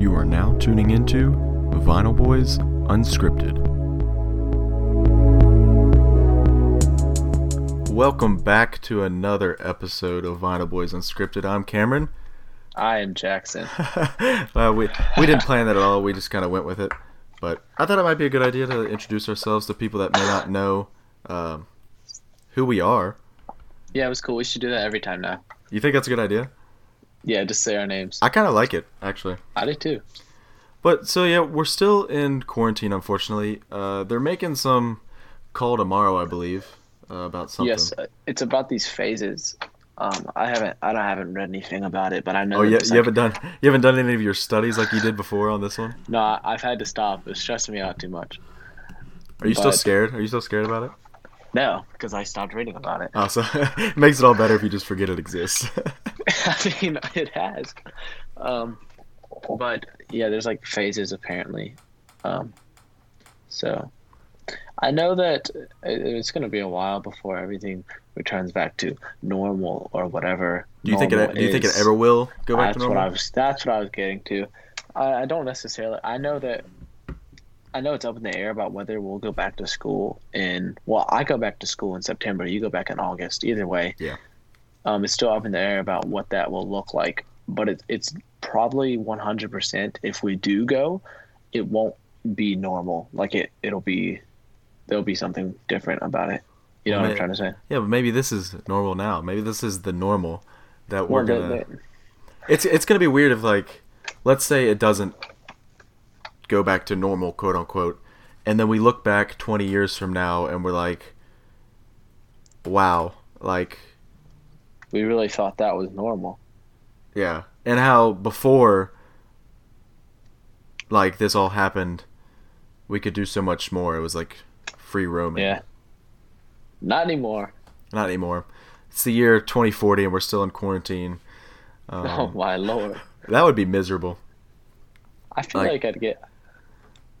You are now tuning into Vinyl Boys Unscripted. Welcome back to another episode of Vinyl Boys Unscripted. I'm Cameron. I am Jackson. uh, we we didn't plan that at all. We just kind of went with it. But I thought it might be a good idea to introduce ourselves to people that may not know um, who we are. Yeah, it was cool. We should do that every time now. You think that's a good idea? Yeah, just say our names. I kind of like it actually. I did too. But so yeah, we're still in quarantine. Unfortunately, uh, they're making some call tomorrow, I believe, uh, about something. Yes, uh, it's about these phases. Um, I haven't, I don't, haven't read anything about it, but I know. Oh that yeah, it's you like- haven't done you haven't done any of your studies like you did before on this one. No, I- I've had to stop. It's stressing me out too much. Are you still But- scared? Are you still scared about it? No, because I stopped reading about it. Oh, so it makes it all better if you just forget it exists. I mean, it has. Um, but yeah, there's like phases apparently. Um, so I know that it- it's going to be a while before everything returns back to normal or whatever. do you think it? normal Do you think it is. ever will go back that's to normal? what I was. That's what I was getting to. I, I don't necessarily. I know that. I know it's up in the air about whether we'll go back to school in. Well, I go back to school in September. You go back in August. Either way. Yeah. Um, it's still up in the air about what that will look like, but it, it's probably 100% if we do go, it won't be normal. Like it, it'll be, there'll be something different about it. You know Well, what I'm may- trying to say? Yeah, but maybe this is normal now. Maybe this is the normal that we're Well, the- gonna. the- It's it's gonna be weird if like, let's say it doesn't go back to normal, quote unquote, and then we look back twenty years from now and we're like, wow, like we really thought that was normal. yeah, and how before, like this all happened, we could do so much more. It was like free roaming. Yeah. Not anymore. Not anymore. It's the year 2040 and we're still in quarantine. Um, oh my lord. That would be miserable. I feel like- like, I'd get.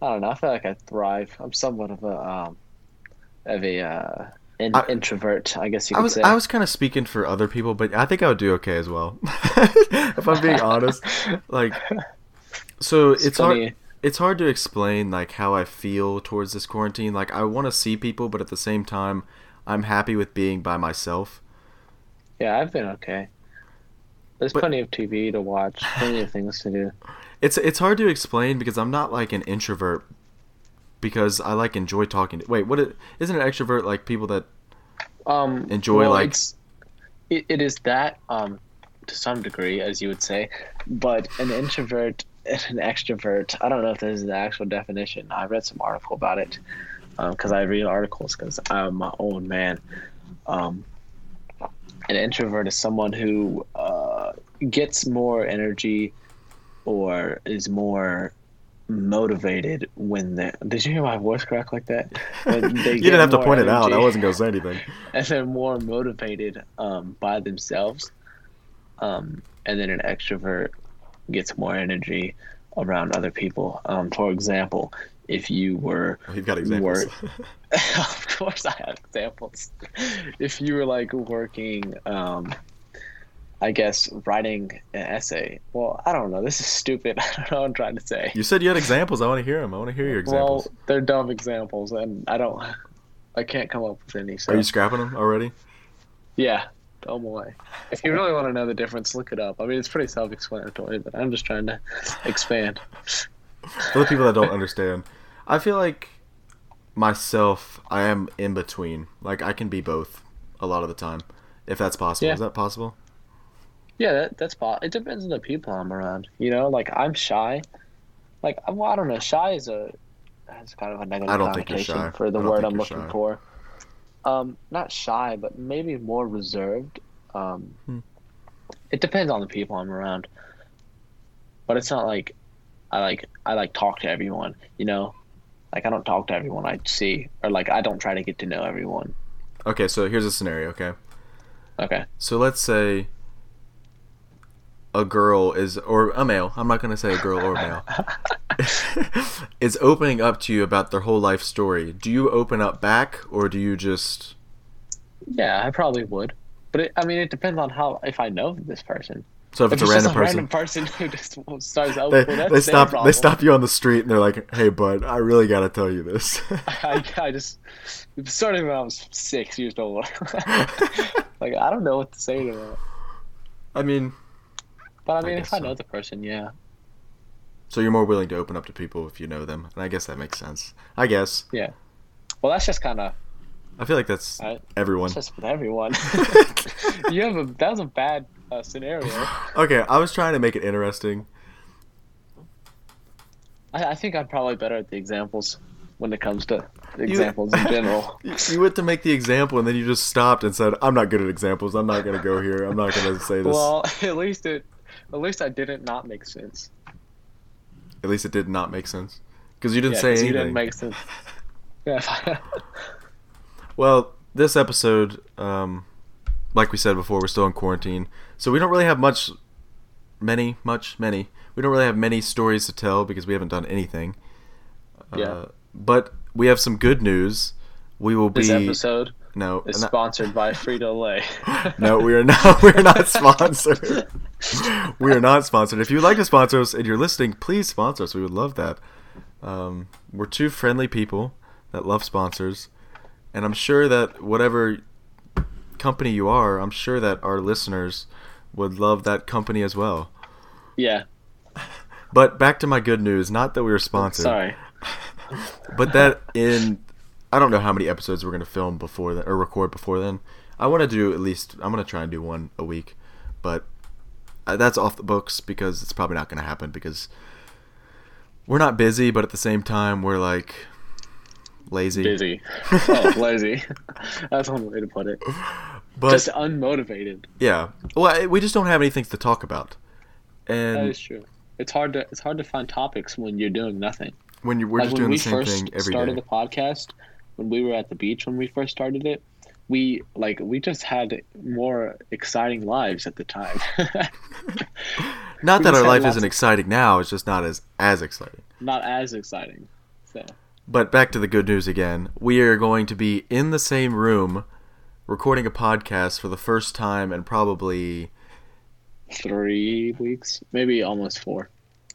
I don't know. I feel like I'd thrive. I'm somewhat of a um, of a uh, in, I- introvert, I guess you I could was say. I was kind of speaking for other people, but I think I would do okay as well. if I'm being honest, like, so it's, It's hard. funny. It's hard to explain like how I feel towards this quarantine. Like I want to see people, but at the same time, I'm happy with being by myself. Yeah, I've been okay. There's But- plenty of TV to watch, plenty of things to do. It's it's hard to explain because I'm not like an introvert, because I like enjoy talking. To, wait, what is, isn't an extrovert like people that? Um, Enjoy, well, like- it's, it, it is that um, to some degree, as you would say, but an introvert and an extrovert. I don't know if this is the actual definition. I read some article about it because I read articles because I'm my own man. Um, an introvert is someone who uh, gets more energy or is more motivated when they did you hear my voice crack like that When they you get didn't have to more point it out. I energy wasn't gonna say anything. and they're more motivated um, by themselves. Um, and then an extrovert gets more energy around other people. Um, for example, if you were, You've got examples. of course, I have examples. If you were like working, um, I guess, writing an essay. Well, I don't know. This is stupid. I don't know what I'm trying to say. You said you had examples. I want to hear them. I want to hear your examples. Well, they're dumb examples, and I don't, I can't come up with any. So. Are you scrapping them already? Yeah, throw 'em away. If you really want to know the difference, look it up. I mean, it's pretty self-explanatory, but I'm just trying to expand. For the people that don't understand, I feel like myself, I am in between. Like I can be both a lot of the time, if that's possible. Yeah. Is that possible? Yeah, that, that's po- it depends on the people I'm around. You know, like I'm shy. Like I'm, well, I don't know, shy is a has kind of a negative I don't think you're connotation shy. for the I don't word think I'm you're looking shy. for. Um, not shy, but maybe more reserved. Um, Hmm. It depends on the people I'm around, but it's not like I like I like talk to everyone. You know, like I don't talk to everyone I see, or like I don't try to get to know everyone. Okay, so here's a scenario. Okay, Okay, so let's say a girl is or a male. I'm not gonna say a girl or a male. is opening up to you about their whole life story. Do you open up back or do you just yeah, I probably would, but it, I mean, it depends on how if I know this person. So if, If it's, a random just a person, random person who just starts out, they, well, that's they their stop problem. they stop you on the street and they're like, "Hey, bud, I really gotta tell you this." I, I just starting when I was six years old. like I don't know what to say to them. I mean, But I I mean, guess if I so. know the person, yeah, so you're more willing to open up to people if you know them, and I guess that makes sense. I guess yeah. Well, that's just kind of I feel like that's I- everyone. that's just with everyone. you have a that was a bad uh, scenario. I, okay, I was trying to make it interesting. I think I'm probably better at the examples when it comes to You- examples in general. You you went to make the example, and then you just stopped and said, "I'm not good at examples. I'm not gonna go here. I'm not gonna say this." Well, at least it, at least I didn't not make sense. At least it did not make sense because you didn't Yeah, say 'cause anything. you didn't make sense. Yeah. Well, this episode, um, like we said before, we're still in quarantine, so we don't really have much, many, much, many. We don't really have many stories to tell because we haven't done anything. yeah. Uh, but we have some good news. We will This be episode no, is not- sponsored by Frito Lay. no, we are not. We're not sponsored. we are not sponsored. If you'd like to sponsor us and you're listening, please sponsor us. We would love that. Um, we're two friendly people that love sponsors, and I'm sure that whatever company you are, I'm sure that our listeners would love that company as well. Yeah. But back to my good news. Not that we were sponsored, Sorry. but that in I don't know how many episodes we're gonna film before then or record before then. I want to do at least I'm gonna try and do one a week, but uh, that's off the books because it's probably not gonna happen because we're not busy, but at the same time we're like lazy. Busy. oh, lazy. That's one way to put it. But Just unmotivated. yeah, well I- we just don't have anything to talk about, That and is true. It's hard to it's hard to find topics when you're doing nothing. when you, we're like just when doing we the same first thing every started day. the podcast, when we were at the beach when we first started it, we like we just had more exciting lives at the time. Not we that just our had life lots isn't of- exciting now; it's just not as as exciting. Not as exciting. So But back to the good news again. We are going to be in the same room recording a podcast for the first time and probably three weeks, maybe almost four.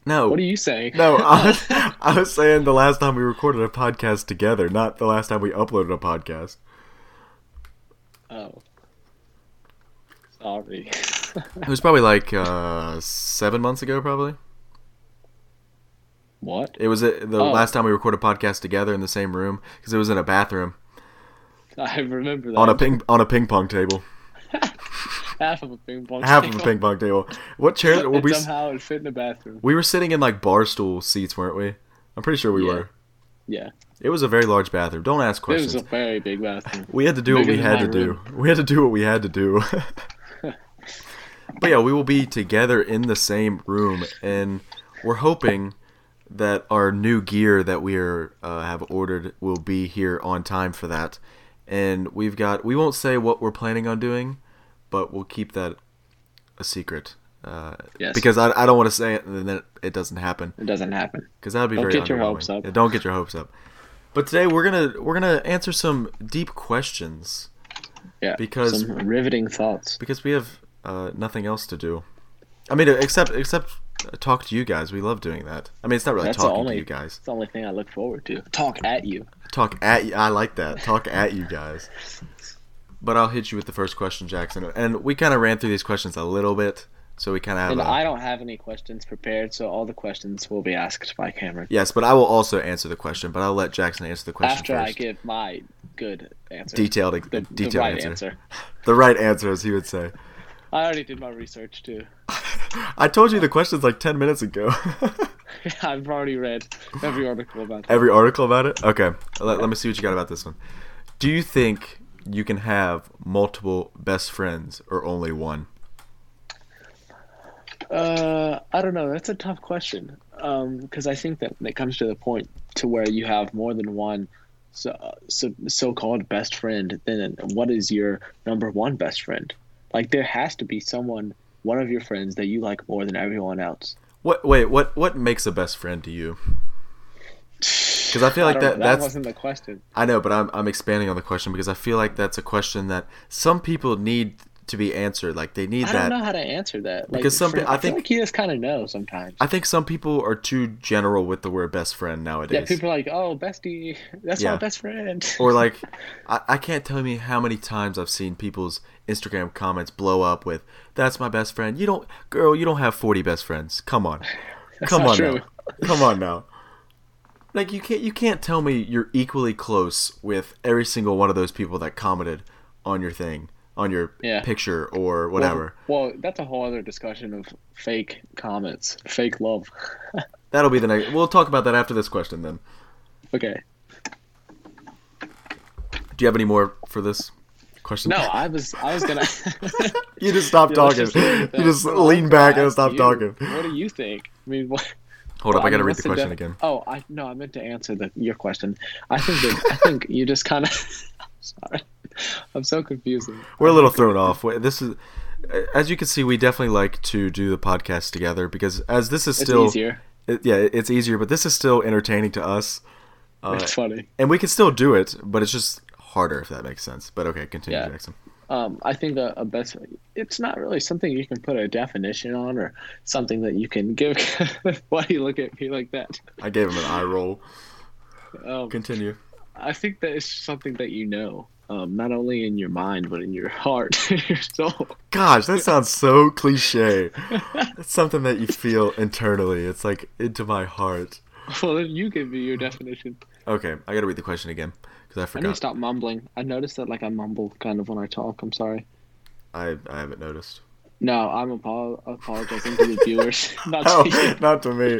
no. What are you saying? no, I was, I was saying the last time we recorded a podcast together, not the last time we uploaded a podcast. Oh. Sorry. It was probably like uh, seven months ago, probably. what? It was uh, the Oh. last time we recorded a podcast together in the same room because it was in a bathroom I remember that. on a ping on a ping pong table, half of a ping pong. half of a table. ping pong table. What chair? Were And we somehow it fit in the bathroom. we were sitting in like bar stool seats, weren't we? I'm pretty sure we Yeah. were. Yeah, It was a very large bathroom. Don't ask it was questions. a very big bathroom. We had to do what bigger we than had my to do. We had to do what we had to do. but yeah, we will be together in the same room, and we're hoping that our new gear that we are uh, have ordered will be here on time for that. And we've got we won't say what we're planning on doing, but we'll keep that a secret. Uh, Yes. Because I, I don't want to say it and then it doesn't happen It doesn't happen. because that'd be Don't very get your underwhelming. hopes up. Yeah, don't get your hopes up. But today we're gonna we're gonna answer some deep questions Yeah, Because- some riveting thoughts. because we have uh, nothing else to do. I mean, except except uh, talk to you guys. We love doing that. I mean, it's not really That's the talking only- to you guys. It's the only thing I look forward to. Talk at you. Talk at you. I like that. Talk at you guys. But I'll hit you with the first question, Jackson. And we kind of ran through these questions a little bit, so we kind of have. And a- I don't have any questions prepared, so all the questions will be asked by Cameron yes, but I will also answer the question. But I'll let Jackson answer the question after first. I give my good answer. detailed, the, detailed the right answer. answer. The right answer, as he would say. I already did my research too. I told you the questions like 10 minutes ago. I've already read every article about that. Every article about it? Okay. Let, let me see what you got about this one. Do you think you can have multiple best friends or only one? Uh, I don't know. That's a tough question. Um, because I think that when it comes to the point to where you have more than one, so uh, so so-called best friend, then what is your number one best friend? Like there has to be someone, one of your friends that you like more than everyone else. What wait, what what makes a best friend to you? Cuz I feel like I that don't know, that's wasn't the question. I know, but I'm I'm expanding on the question because I feel like that's a question that some people need to be answered. Like they need I that. don't know how to answer that. Like, Because some for- pe- I I, think- think like you just kind of know sometimes. I think some people are too general with the word best friend yeah, nowadays. people are like, "Oh, bestie, that's Yeah. my best friend." or like, I, I can't tell me how many times I've seen people's Instagram comments blow up with "That's my best friend." You don't, girl, you don't have forty best friends. Come on, come not on true. now, come on now. Like you can't, you can't tell me you're equally close with every single one of those people that commented on your thing, on your Yeah. picture or whatever. Um, Well, well, that's a whole other discussion of fake comments, fake love. That'll be the next. We'll talk about that after this question. Then, Okay. do you have any more for this question? No, I was I was gonna. You just stop Yeah, let's talking. just leave it at that. you just Well, lean I'm back gonna and ask stop you, talking. What do you think? I mean, what, Hold up, I mean, gotta read what's the question def- again. Oh, I no, I meant to answer the your question. I think that I think you just kind of. Sorry, I'm so confusing. We're a little thrown off. We- This is, as you can see, we definitely like to do the podcast together because as this is It's still, easier. it- yeah, it's easier. But this is still entertaining to us, uh, it's funny. and we can still do it, but it's just harder if that makes sense. But okay, continue, Yeah. Jackson. Um, I think a, a best. It's not really something you can put a definition on, or something that you can give. Why do you look at me like that? I gave him an eye roll. Um, Continue. I think that it's something that you know, um, not only in your mind but in your heart, your soul. Gosh, that sounds so cliche. It's something that you feel internally. It's like into my heart. Well, then you give me your definition. Okay, I gotta read the question again because I I need to forgot. stop mumbling. I noticed that like I mumble kind of when I talk. I'm sorry. I, I haven't noticed. No, I'm apo- apologizing to the viewers. Not to Oh, you. not to me.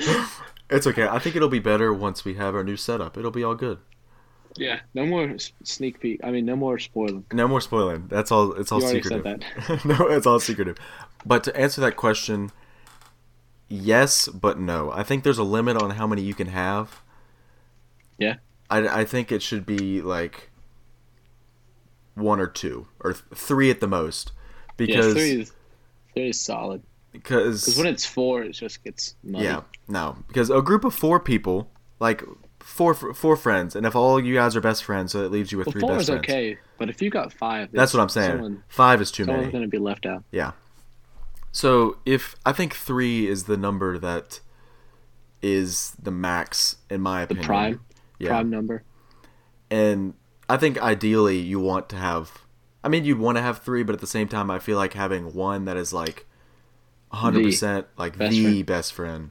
It's okay. I think it'll be better once we have our new setup. It'll be all good. Yeah, no more s- sneak peek. I mean, no more spoiling. No more spoiling. That's all. It's all You already said secretive. no, it's all secretive. But to answer that question, yes, but no. I think there's a limit on how many you can have. Yeah. I, I think it should be like one or two or th- three at the most, Yeah, because three is three is solid. Because because when it's four, it just gets muddy. Yeah, no, because a group of four people, like four four friends, and if all you guys are best friends, so that leaves you with Well, three four best is friends. okay, but if you got five, That's it's- what I'm saying. Someone, Five is too someone's many. gonna be left out. Yeah. So if I think three is the number that is the max in my The opinion. prime, Yeah. prime number. And I think ideally you want to have. I mean, you'd want to have three, but at the same time, I feel like having one that is like 100% like best the friend. best friend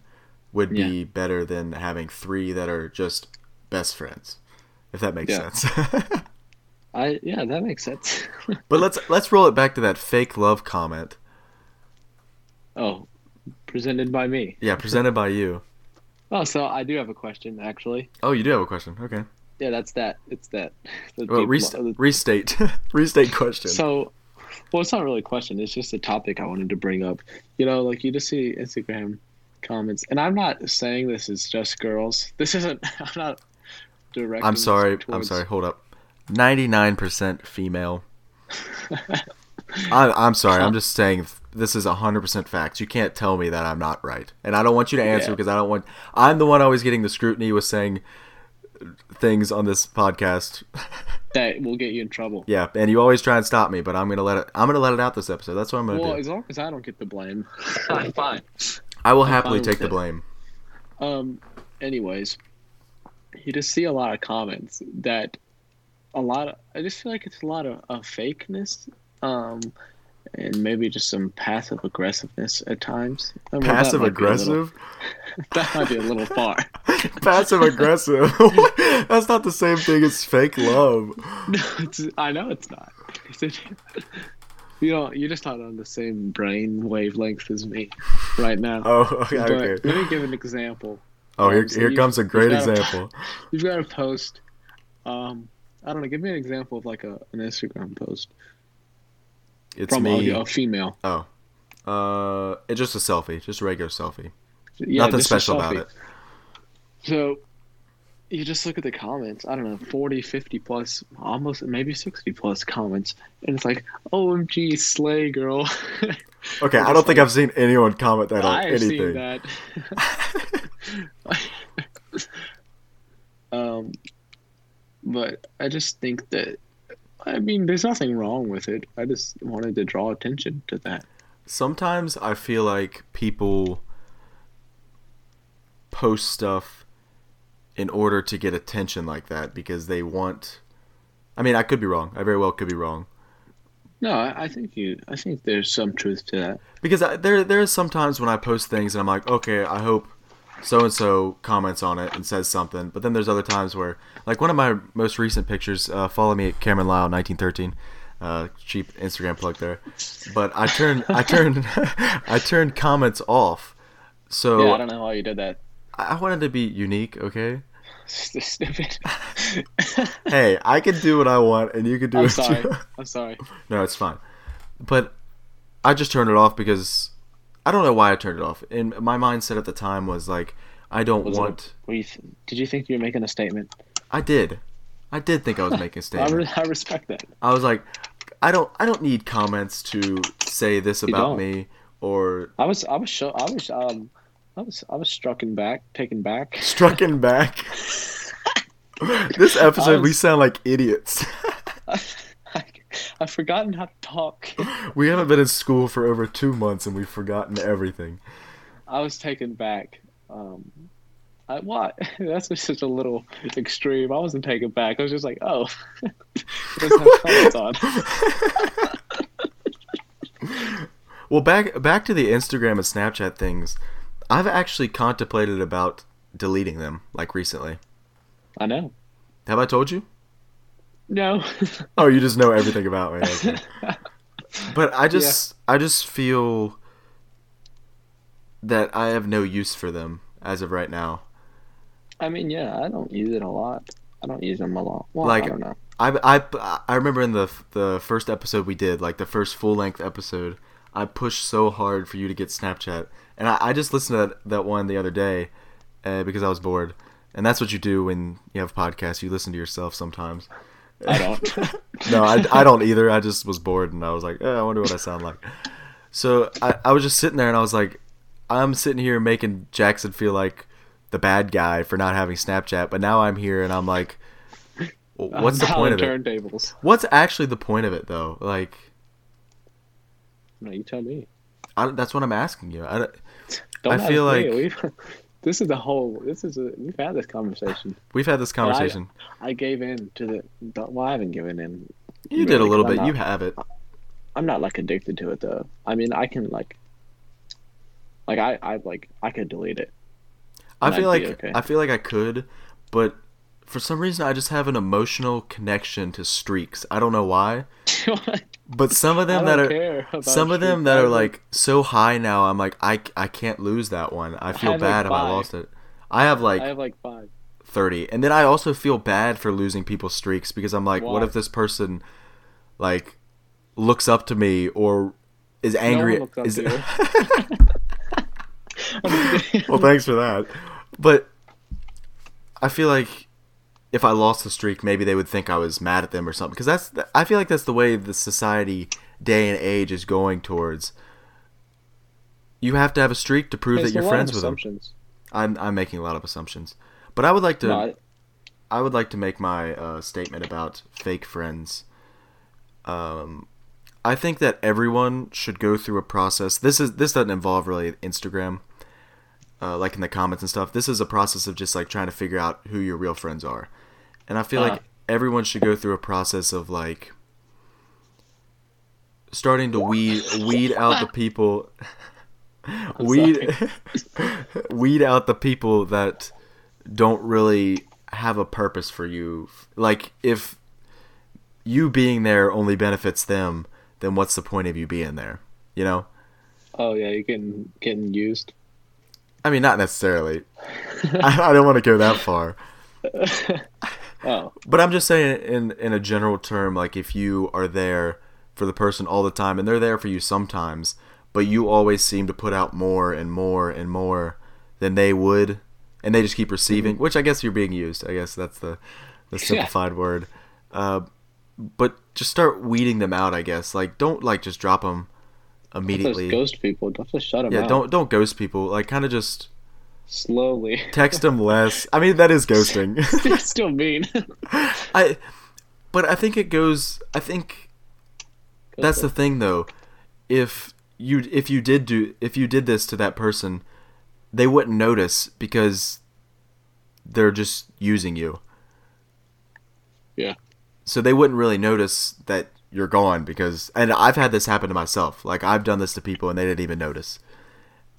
would be better than having three that are just best friends, if that makes Yeah. sense. I yeah, that makes sense. but let's let's roll it back to that fake love comment. oh, presented by me. Yeah, presented by you. Oh, so I do have a question actually. Oh, you do have a question. Okay. Yeah, that's that. It's that. The Well, deep rest- lo- the- restate restate question. so, well, it's not really a question. It's just a topic I wanted to bring up. You know, like you just see Instagram comments, and I'm not saying this is just girls. This isn't. I'm not. Directing I'm this sorry. I'm towards- sorry. Hold up. 99% female. I, I'm sorry. I'm just saying this is 100% facts. You can't tell me that I'm not right. And I don't want you to answer Yeah. because I don't want. I'm the one always getting the scrutiny with saying things on this podcast. That will get you in trouble. yeah, and you always try and stop me, but I'm gonna let it. I'm gonna let it out this episode. That's what I'm gonna well, do. as long as I don't get the blame, I'm fine. I will happily fine take with the it. blame. Um. Anyways, you just see a lot of comments that a lot of. I just feel like it's a lot of, of fakeness, um, and maybe just some passive aggressiveness at times. I mean, that Passive might be a little- aggressive. That might be a little far. Passive aggressive. That's not the same thing as fake love. no, it's, I know it's not. It's a- you don't. You're just not on the same brain wavelength as me right now. Oh, okay. But okay. let me give an example. Oh, here, Um, so here you- comes a great you gotta- example. You've got a post. Um, I don't know. Give me an example of like a an Instagram post It's from me. a, a female. Oh, uh, it's just a selfie, just a regular selfie. Yeah, Nothing just a special about selfie. it. So you just look at the comments. I don't know, 40, 50 plus, almost maybe 60 plus comments. And it's like, OMG, slay girl. Okay, I just don't think I've seen anyone comment that on I've seen anything. that. um, but I just think that I mean, there's nothing wrong with it. I just wanted to draw attention to that. Sometimes I feel like people post stuff in order to get attention like that because they want. I mean, I could be wrong. I very well could be wrong. No, I, I think you. I think there's some truth to that. because I, there there is sometimes when I post things and I'm like, okay, I hope so and so comments on it and says something. But then there's other times where, like one of my most recent pictures, uh, follow me at Cameron Lyle 1913, uh, cheap Instagram plug there. But I turned I turned I turned comments off. So Oh. yeah, I don't know how you did that. I I wanted to be unique, okay? Stupid. Hey, I can do what I want, and you can do I'm what sorry. you I'm sorry. No, it's fine. But I just turned it off because I don't know why I turned it off. And my mindset at the time was like, I don't Was it a- want. Were you th- did you think you were making a statement? I did. I did think I was making a I, statement. re- I respect that. I was like, I don't. I don't need comments to say this about don't. me or I was I was sho- I was um I was I was struck and back taken back. strucken back. this episode, we sound like idiots. I, I've forgotten how to talk. we haven't been in school for over two months, and we've forgotten everything. I was taken back. Um, I what? That's just such a little extreme. I wasn't taken back. I was just like, oh, it doesn't have clothes on. Well, back back to the Instagram and Snapchat things. I've actually contemplated about deleting them, like recently. I know. Have I told you? No. Oh, you just know everything about me. okay. but I just I just feel that I have no use for them as of right now. I mean, yeah, I don't use it a lot. I don't use them a lot. Well, Like- I don't know. I, I, I remember in the the first episode we did, like the first full length episode, I pushed so hard for you to get Snapchat, and I, I just listened to that, that one the other day uh, because I was bored, and that's what you do when you have podcasts. You listen to yourself sometimes. I don't. No, I, I don't either. I just was bored, and I was like, eh, I wonder what I sound like. So I, I was just sitting there, and I was like, I'm sitting here making Jackson feel like the bad guy for not having Snapchat, but now I'm here, and I'm like, w- what's the I'm point of it? down on Turntables. What's actually the point of it, though? Like, No, you tell me. I, that's what I'm asking you. I, don't- Don't I ask feel me. like- We've, this is the whole. This is a, we've had this conversation. we've had this conversation. I gave in to the. don't- Well, I haven't given in. you did a really, little 'cause I'm bit. You not- have it. I'm not like addicted to it though. I mean, I can like, like I, I like I could delete it. I and feel I'd like be okay. I feel like I could, but for some reason I just have an emotional connection to streaks. I don't know why, but some of I them don't that are care about some of them streak that are fighting. like so high now. I'm like I, I can't lose that one. I feel have, like, bad if I five. lost it. I have like I have like five. 30 and then i also feel bad for losing people's streaks because i'm like what Why? if this person like looks up to me or is angry looks up is- to you. well thanks for that but i feel like if i lost the streak maybe they would think i was mad at them or something because that's i feel like that's the way the society day and age is going towards you have to have a streak to prove It's that a you're lot of friends with them assumptions. I'm, I'm making a lot of assumptions but i would like to No, I- I would like to make my uh, statement about fake friends. Um, I think that everyone should go through a process. This is this doesn't involve really Instagram, uh, like in the comments and stuff. This is a process of just like trying to figure out who your real friends are, and I feel Uh-huh. like everyone should go through a process of like starting to weed weed out the people. weed weed out the people that don't really have a purpose for you. Like if you being there only benefits them, then what's the point of you being there? You know? oh yeah, you're getting getting used. I mean, not necessarily. I, I don't want to go that far, Oh, but I'm just saying in in a general term, like if you are there for the person all the time and they're there for you sometimes, but you always seem to put out more and more and more than they would, and they just keep receiving, Mm-hmm. which I guess you're being used. I guess that's the the simplified word. Uh, but just start weeding them out, I guess. Like don't like just drop them those immediately. ghost people. Don't just shut them yeah, out. don't don't ghost people. Like kind of just slowly. text them less. I mean, that is ghosting. That's still mean. I but I think it goes. I think that's the thing, though. If you if you did do if you did this to that person, they wouldn't notice because they're just using you. Yeah. So they wouldn't really notice that you're gone because, and I've had this happen to myself. Like I've done this to people and they didn't even notice.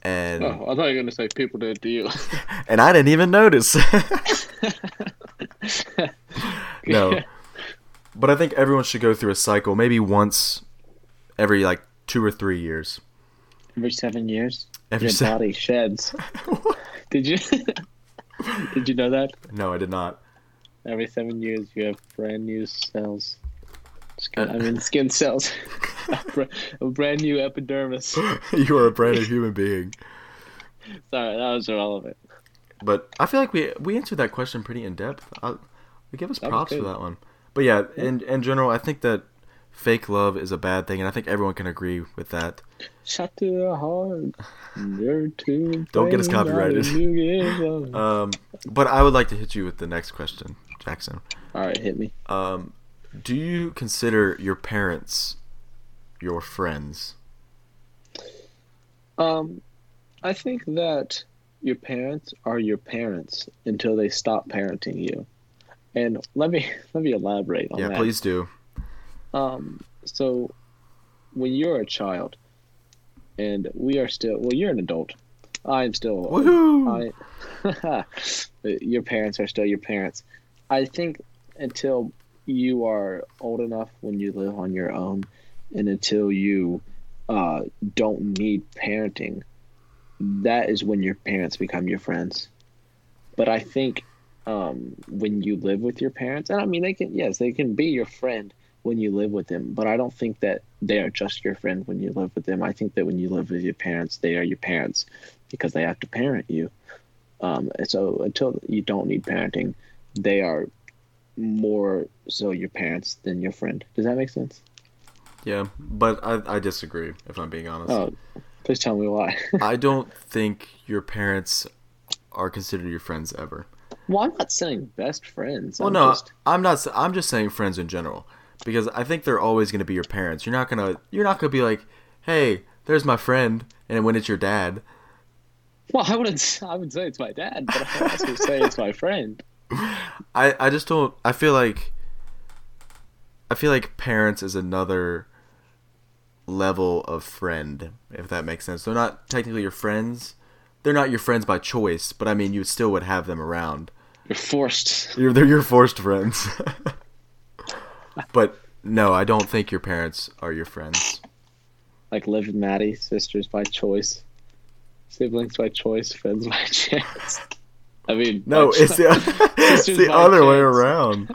And Oh, I thought you were gonna say people did it to you. and I didn't even notice. no. But I think everyone should go through a cycle, maybe once every like two or three years. Every seven years, Every your se- body sheds. Did you? did you know that? no, I did not. Every seven years, you have brand new cells. Skin, I mean, skin cells. a, br- a brand new epidermis. Sorry, you are a brand new human being. that was irrelevant. But I feel like we we answered that question pretty in depth. I, we give us That was props for good. that one. But yeah, in in general, I think that fake love is a bad thing, and I think everyone can agree with that. Shut to the heart. You're too. Don't get us brave, copyrighted. how you give up. Um, but I would like to hit you with the next question, Jackson. All right, hit me. Um, do you consider your parents your friends? Um, I think that your parents are your parents until they stop parenting you. And let me let me elaborate on yeah, that. please do. Um, so when you're a child, and we are still well, you're an adult. I am still. Woohoo! I, your parents are still your parents. I think until you are old enough when you live on your own and until you uh, don't need parenting, that is when your parents become your friends. But I think um, when you live with your parents, and I mean, they can, yes, they can be your friend when you live with them, but I don't think that they are just your friend when you live with them. I think that when you live with your parents, they are your parents because they have to parent you. Um, and so until you don't need parenting, they are more so your parents than your friend. Does that make sense? yeah, but I, I disagree. If I'm being honest, Oh, please tell me why. I don't think your parents are considered your friends ever. well, I'm not saying best friends. Well, I'm no, just- I'm not. s- I'm just saying friends in general because I think they're always going to be your parents. You're not gonna. You're not gonna be like, hey, there's my friend, and when it's your dad. well, I wouldn't. I would say it's my dad, but I would also say it's my friend. I, I just don't I feel like I feel like parents is another level of friend, if that makes sense. They're not technically your friends. They're not your friends by choice, but I mean you still would have them around. You're forced. You're they're your forced friends. but no, I don't think your parents are your friends. Like live with Maddie, sisters by choice, siblings by choice, friends by chance. I mean, No, by it's choice. the, it's Sisters the by other way chance. around.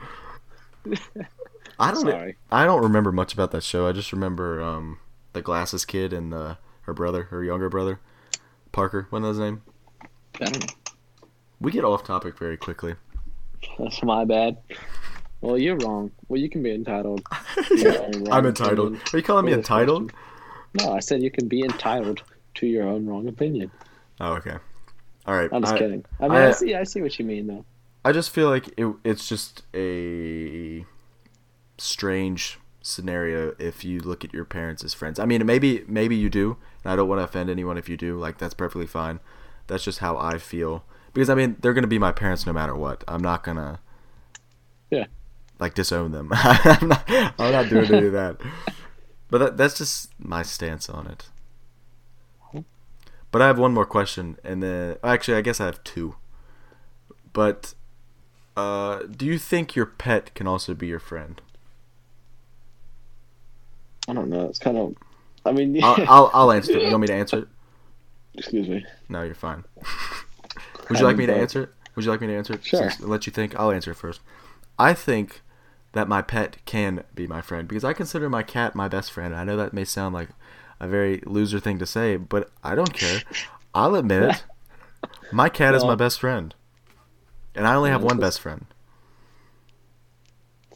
I don't Sorry. I don't remember much about that show. I just remember um, the glasses kid and the, her brother, her younger brother, Parker. What was his name? I don't know. We get off topic very quickly. That's my bad. Well, you're wrong. Well, you can be entitled. I'm entitled. Are you calling me Well, entitled? No, I said you can be entitled to your own wrong opinion. Oh, okay. All right. I'm just I, kidding. I mean, I, I- see. I see what you mean, though. I just feel like it, it's just a strange scenario if you look at your parents as friends. I mean, maybe maybe you do, and I don't want to offend anyone if you do. Like that's perfectly fine. That's just how I feel because I mean they're gonna be my parents no matter what. I'm not gonna Yeah. like disown them. I'm, not, I'm not doing any of that. But that, that's just my stance on it. But I have one more question, and then actually I guess I have two. But uh, do you think your pet can also be your friend? I don't know. It's kind of. I mean, I'll, I'll, I'll answer it. You want me to answer it? excuse me. No, you're fine. Would you like me to Um, but- answer it? Would you like me to answer it? Sure. Since- let you think. I'll answer it first. I think that my pet can be my friend because I consider my cat my best friend. I know that may sound like a very loser thing to say, but I don't care. I'll admit it. My cat is my Well- best friend, and I only have one best friend.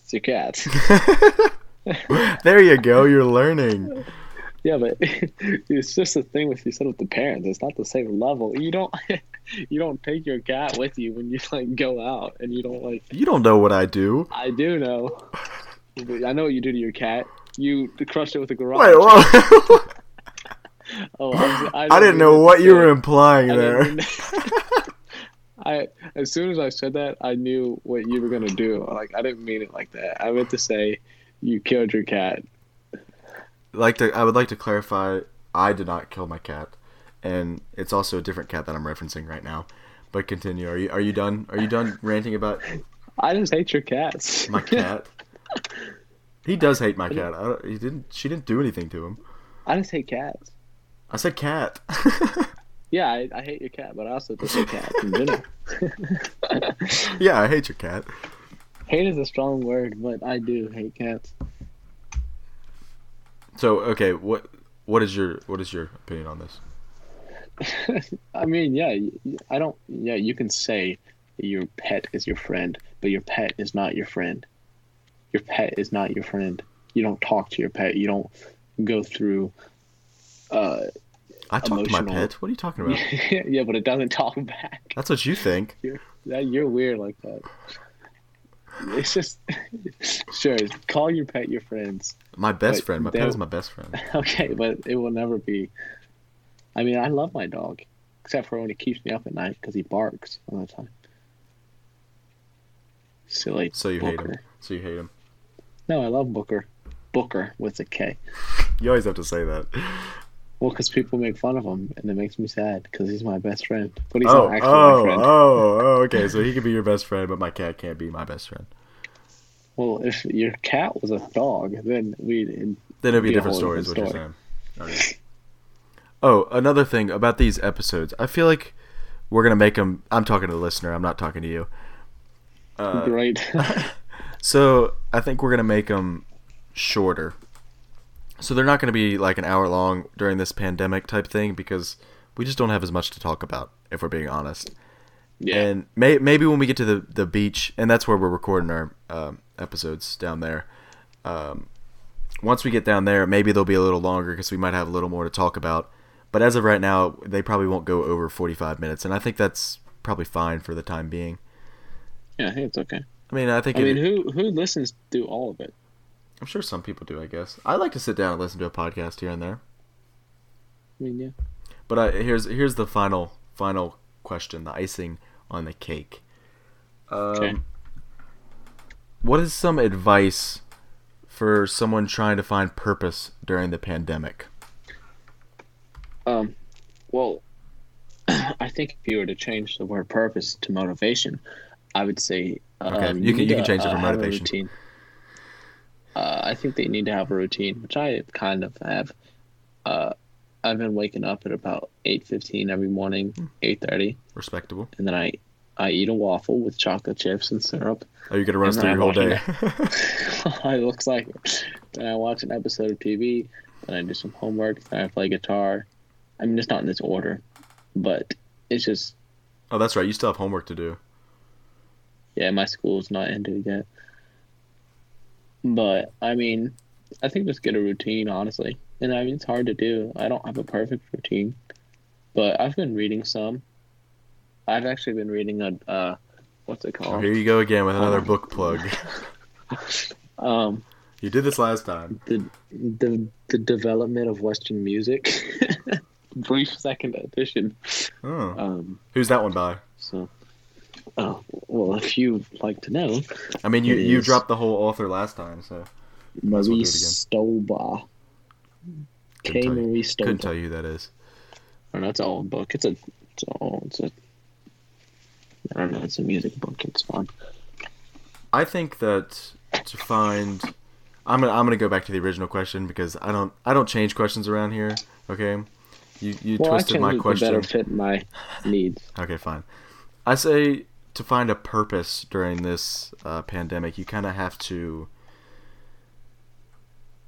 It's your cat. There you go. You're learning. yeah, but it's just the thing with you said with the parents. It's not the same level. You don't. You don't take your cat with you when you like go out, and you don't like. You don't know what I do. I do know. I know what you do to your cat. You crushed it with a garage. Wait, whoa. Oh, I, didn't know what you were implying I there. didn't mean- I as soon as I said that, I knew what you were gonna do. Like I didn't mean it like that. I meant to say you killed your cat. like to, I would like to clarify, I did not kill my cat, and it's also a different cat that I'm referencing right now. But continue. Are you are you done? Are you done ranting about I just hate your cats. my cat? he does hate my cat. I don't, he didn't. She didn't do anything to him. I just hate cats. I said cat. Yeah, I, I hate your cat, but I also just hate cats in general. yeah, I hate your cat. hate is a strong word, but I do hate cats. So okay, what what is your what is your opinion on this? I mean, yeah, y- y- I don't. Yeah, you can say your pet is your friend, but your pet is not your friend. Your pet is not your friend. You don't talk to your pet. You don't go through. Uh, I talk to my Emotional. pet. What are you talking about? yeah, but it doesn't talk back. That's what you think. That you're weird like that. It's just sure. Call your pet your friends. My best But friend. My pet they'll- is my best friend. Okay, but it will never be. I mean, I love my dog, except for when he keeps me up at night because he barks all the time. Silly. So you hate Booker. him. So you hate him. No, I love Booker. Booker with a K. You always have to say that. Well, because people make fun of him, and it makes me sad because he's my best friend, but he's oh, not actually my oh, friend. oh, oh, okay. So he could be your best friend, but my cat can't be my best friend. Well, if your cat was a dog, then we'd. Then it'd be Be a different whole stories, what different you're saying. Okay. Oh, another thing about these episodes. I feel like we're going to make them. I'm talking to the listener, I'm not talking to you. Uh, great. So I think we're going to make them shorter. So they're not going to be like an hour long during this pandemic type thing because we just don't have as much to talk about, if we're being honest. yeah. and may, maybe when we get to the, the beach and that's where we're recording our um, episodes down there um, once we get down there maybe they'll be a little longer because we might have a little more to talk about but as of right now they probably won't go over 45 minutes and i think that's probably fine for the time being yeah, I think it's okay. i mean i think I it- mean, who who listens to all of it? i'm sure some people do i guess i like to sit down and listen to a podcast here and there I mean, yeah. But uh, here's here's the final final question, the icing on the cake. Um, Okay. What is some advice for someone trying to find purpose during the pandemic? Um, well, I think if you were to change the word purpose to motivation, I would say um, Okay, you can- need you can to, change it uh, from have a motivation. routine. Uh, I think they need to have a routine, which I kind of have. Uh, I've been waking up at about eight fifteen every Hmm. morning, eight thirty, Respectable. and then I I eat a waffle with chocolate chips and syrup. Are Oh, you gonna run us I'm through your whole not day? it looks like it. Then I watch an episode of TV, then I do some homework, then I play guitar. I mean, it's not in this order, but it's just oh, that's right. You still have homework to do. yeah, my school's not ended yet. But I mean, I think just get a routine, honestly. And I mean, it's hard to do. I don't have a perfect routine, but I've been reading some. I've actually been reading a uh, what's it Oh, called? here you go again with Oh. another book plug. Um, you did this last time. the the the development of Western music. Brief second edition. Oh. Um, Who's that one by? so, oh well, if you like to know, I mean, you It you is- dropped the whole author last time, so as well do it Marie again. Stolba. Couldn't K. tell you. Marie couldn't Stolba. tell you who that is. I don't know. It's an old book. It's a. It's an old. It's a. I don't know. It's a music book. It's fun. I think that to find, I'm gonna I'm gonna go back to the original question because I don't I don't change questions around here. Okay, you you Well, twisted I my can better question. fit my needs. Okay, fine. I say to find a purpose during this uh, pandemic, you kind of have to.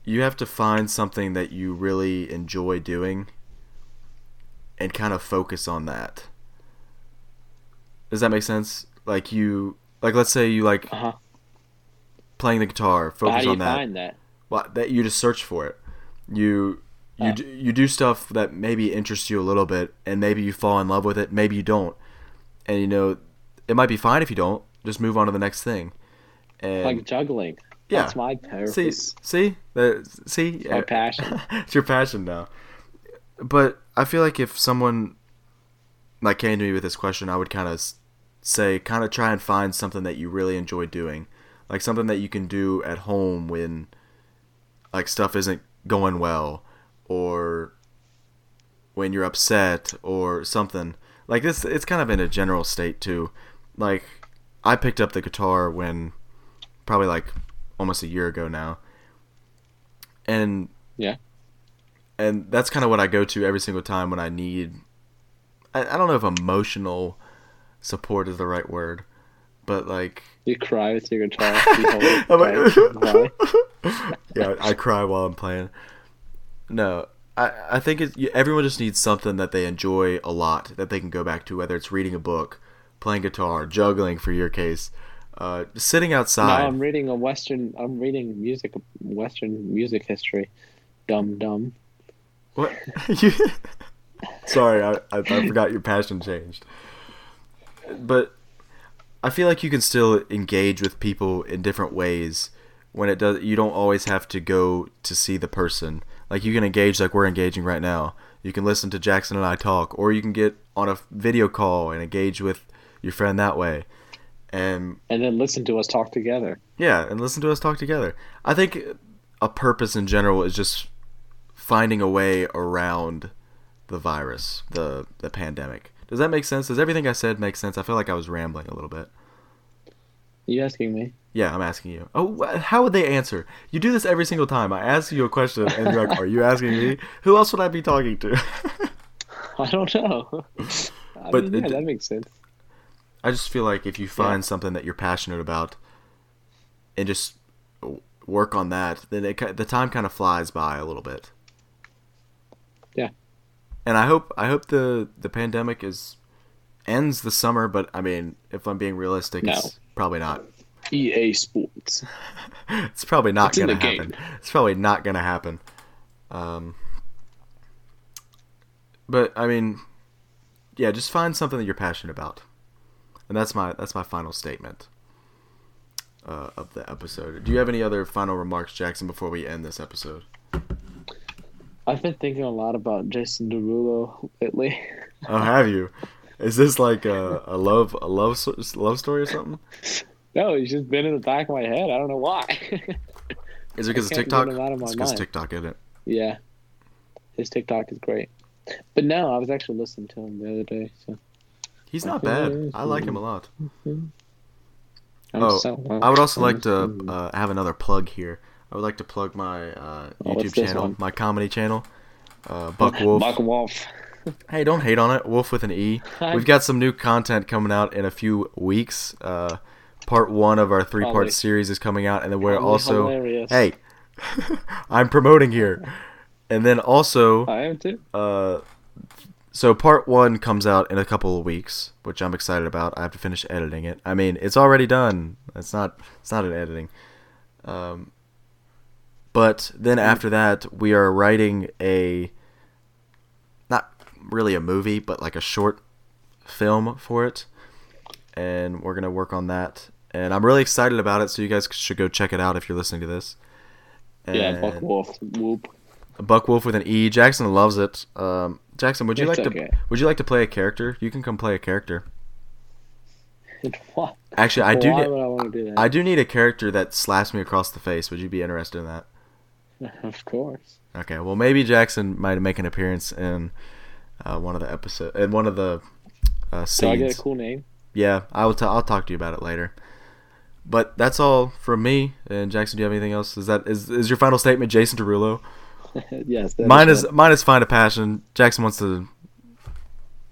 You have to find something that you really enjoy doing, and kind of focus on that. Does that make sense? Like you, like let's say you like Uh huh. playing the guitar, But how focus do you on that. find that? Well, that you just search for it. You you Uh. do, you do stuff that maybe interests you a little bit, and maybe you fall in love with it. Maybe you don't, and you know it might be fine if you don't. Just move on to the next thing. And Like juggling. Yeah. That's my purpose. see, see, that, see, my passion. it's your passion now. But I feel like if someone like came to me with this question, I would kind of say, kind of try and find something that you really enjoy doing, like something that you can do at home when like stuff isn't going well, or when you're upset or something. Like this, it's kind of in a general state too. Like I picked up the guitar when probably like almost a year ago now, and Yeah. and that's kind of what I go to every single time when I need. I, I don't know if emotional support is the right word, but like, You cry with your guitar. You hold it, I'm right? Why? like yeah, I cry while I'm playing. No, I I think it's, you- everyone just needs something that they enjoy a lot that they can go back to, whether it's reading a book, playing guitar, juggling for your case, uh, sitting No, outside. I'm reading a Western. I'm reading music, Western music history. Dum dum. What? you... Sorry, I, I, I forgot your passion changed. But I feel like you can still engage with people in different ways when it does. You don't always have to go to see the person. Like you can engage like we're engaging right now. You can listen to Jackson and I talk, or you can get on a video call and engage with your friend that way. And And then listen to us talk together. yeah, and listen to us talk together. I think a purpose in general is just finding a way around the virus, the the pandemic. Does that make sense? Does everything I said make sense? I feel like I was rambling a little bit. you asking me? Yeah, I'm asking you. Oh, wh- how would they answer? You do this every single time. I ask you a question, and you're like, "Are you asking me? Who else would I be talking to?" I don't know. I But mean, it- yeah, that makes sense. I just feel like if you find something that you're passionate about and just w- work on that, then it, ki- the time kind of flies by a little bit. Yeah. And I hope I hope the the pandemic is ends the summer, but I mean, if I'm being realistic, No. it's probably not. EA E Sports. It's probably not It's in gonna the game. happen. It's probably not gonna happen. Um. But I mean, yeah, just find something that you're passionate about, and that's my that's my final statement uh, of the episode. Do you have any other final remarks, Jackson, before we end this episode? I've been thinking a lot about Jason Derulo lately. Oh, have you? Is this like a, a love a love so- love story or something? No, he's just been in the back of my head. I don't know why. Is it because of can't get TikTok? him out of my It's because mind. TikTok, isn't it? yeah, his TikTok is great. But no, I was actually listening to him the other day. So He's not bad. I like him a lot. I'm Oh, so I would also like to uh, have another plug here. I would like to plug my uh, Oh, what's YouTube this channel, one? my comedy channel, uh, Buck Wolf. Buck Wolf. Hey, don't hate on it. Wolf with an E. Hi. We've got some new content coming out in a few weeks. Uh, part one of our Probably. three-part series is coming out, and then we're Probably also hilarious. hey, I'm promoting here, and then also I am too. uh, so part one comes out in a couple of weeks, which I'm excited about. I have to finish editing it. I mean, it's already done. It's not. It's not an editing. Um, but then after that, we are writing a not really a movie, but like a short film for it, and we're gonna work on that. And I'm really excited about it. So you guys should go check it out if you're listening to this. Yeah, Buck And- Wolf. Whoop. Buck Wolf with an E. Jackson loves it. Um, Jackson, would you It's like okay. to would you like to play a character? You can come play a character. What? Actually, I do Why ne- would I want to do that? I do need a character that slaps me across the face. Would you be interested in that? Of course. Okay, well maybe Jackson might make an appearance in uh, one of the episode in one of the uh, scenes. Do I get a cool name? Yeah, I will. T- I'll talk to you about it later. But that's all from me. And Jackson, do you have anything else? Is that is, is your final statement, Jason Derulo? yes. that Mine is is it. mine is find a passion. Jackson wants to.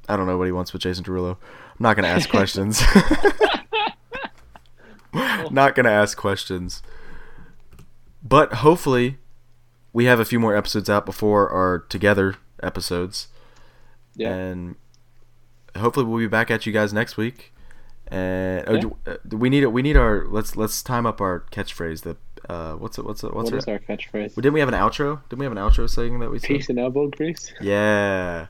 I don't know what he wants with Jason Derulo. I'm not gonna ask questions. not gonna ask questions. But hopefully, we have a few more episodes out before our together episodes, Yeah. and hopefully we'll be back at you guys next week. And oh, Yeah. do- uh, do we need we need our let's let's time up our catchphrase. The uh, what's it what's it what's What is it? our catchphrase? Didn't we have an outro? Didn't we have an outro saying that we said? Peace and elbow grease. Yeah.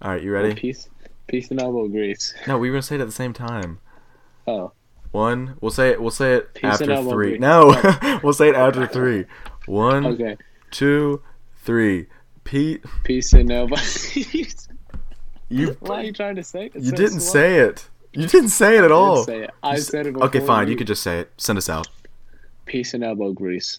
All right, you Or ready? Peace, peace and elbow grease. No, we were gonna say it at the same time. Oh, One. We'll say it. We'll say it Peace and after love, three. Aubrey. No, we'll say it after three. One, Okay. two, three. Pete, Peace and nobody. you what are you trying to say? It's you so didn't slow. say it. You didn't say it at I didn't all. say it. I said it Okay, before fine. You you- could just say it. Send us out. Peace and elbow grease.